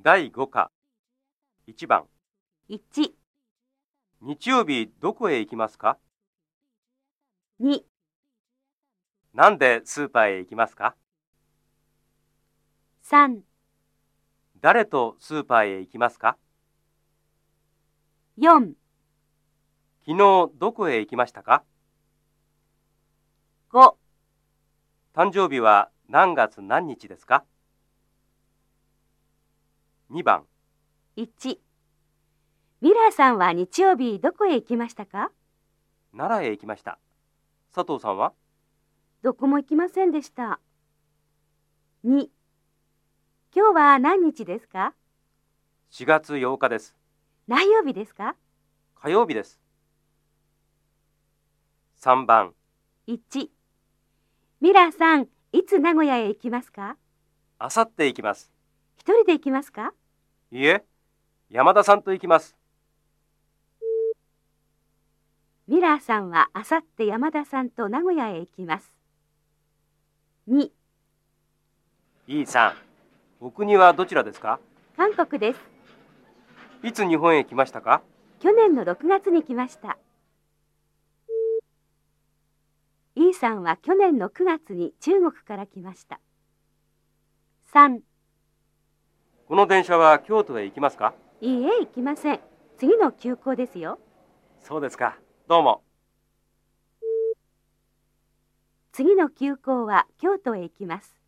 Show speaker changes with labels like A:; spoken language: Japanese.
A: 第5課1番
B: 1、
A: 日曜日どこへ行きますか
B: 2、
A: なんでスーパーへ行きますか
B: 3、
A: 誰とスーパーへ行きますか
B: 4、
A: 昨日どこへ行きましたか
B: 5、
A: 誕生日は何月何日ですか2番
B: 1。ミラーさんは日曜日どこへ行きましたか
A: 奈良へ行きました佐藤さんは
B: どこも行きませんでした。2、今日は何日ですか
A: 4月8日です
B: 何曜日ですか
A: 火曜日です3番
B: ?1、ミラーさん、いつ名古屋へ行きますか
A: あさって行きます
B: 一人で行きますか
A: いいえ山田さんと行きます
B: ミラーさんはあさって山田さんと名古屋へ行きます。2、
A: E さんお国はどちらですか
B: 韓国です。
A: いつ日本へ来ましたか
B: 去年の6月に来ました。E さんは去年の9月に中国から来ました。3、
A: この電車は京都へ行きますか
B: いいえ、行きません。次の急行ですよ。
A: そうですかどうも
B: 次の急行は京都へ行きます。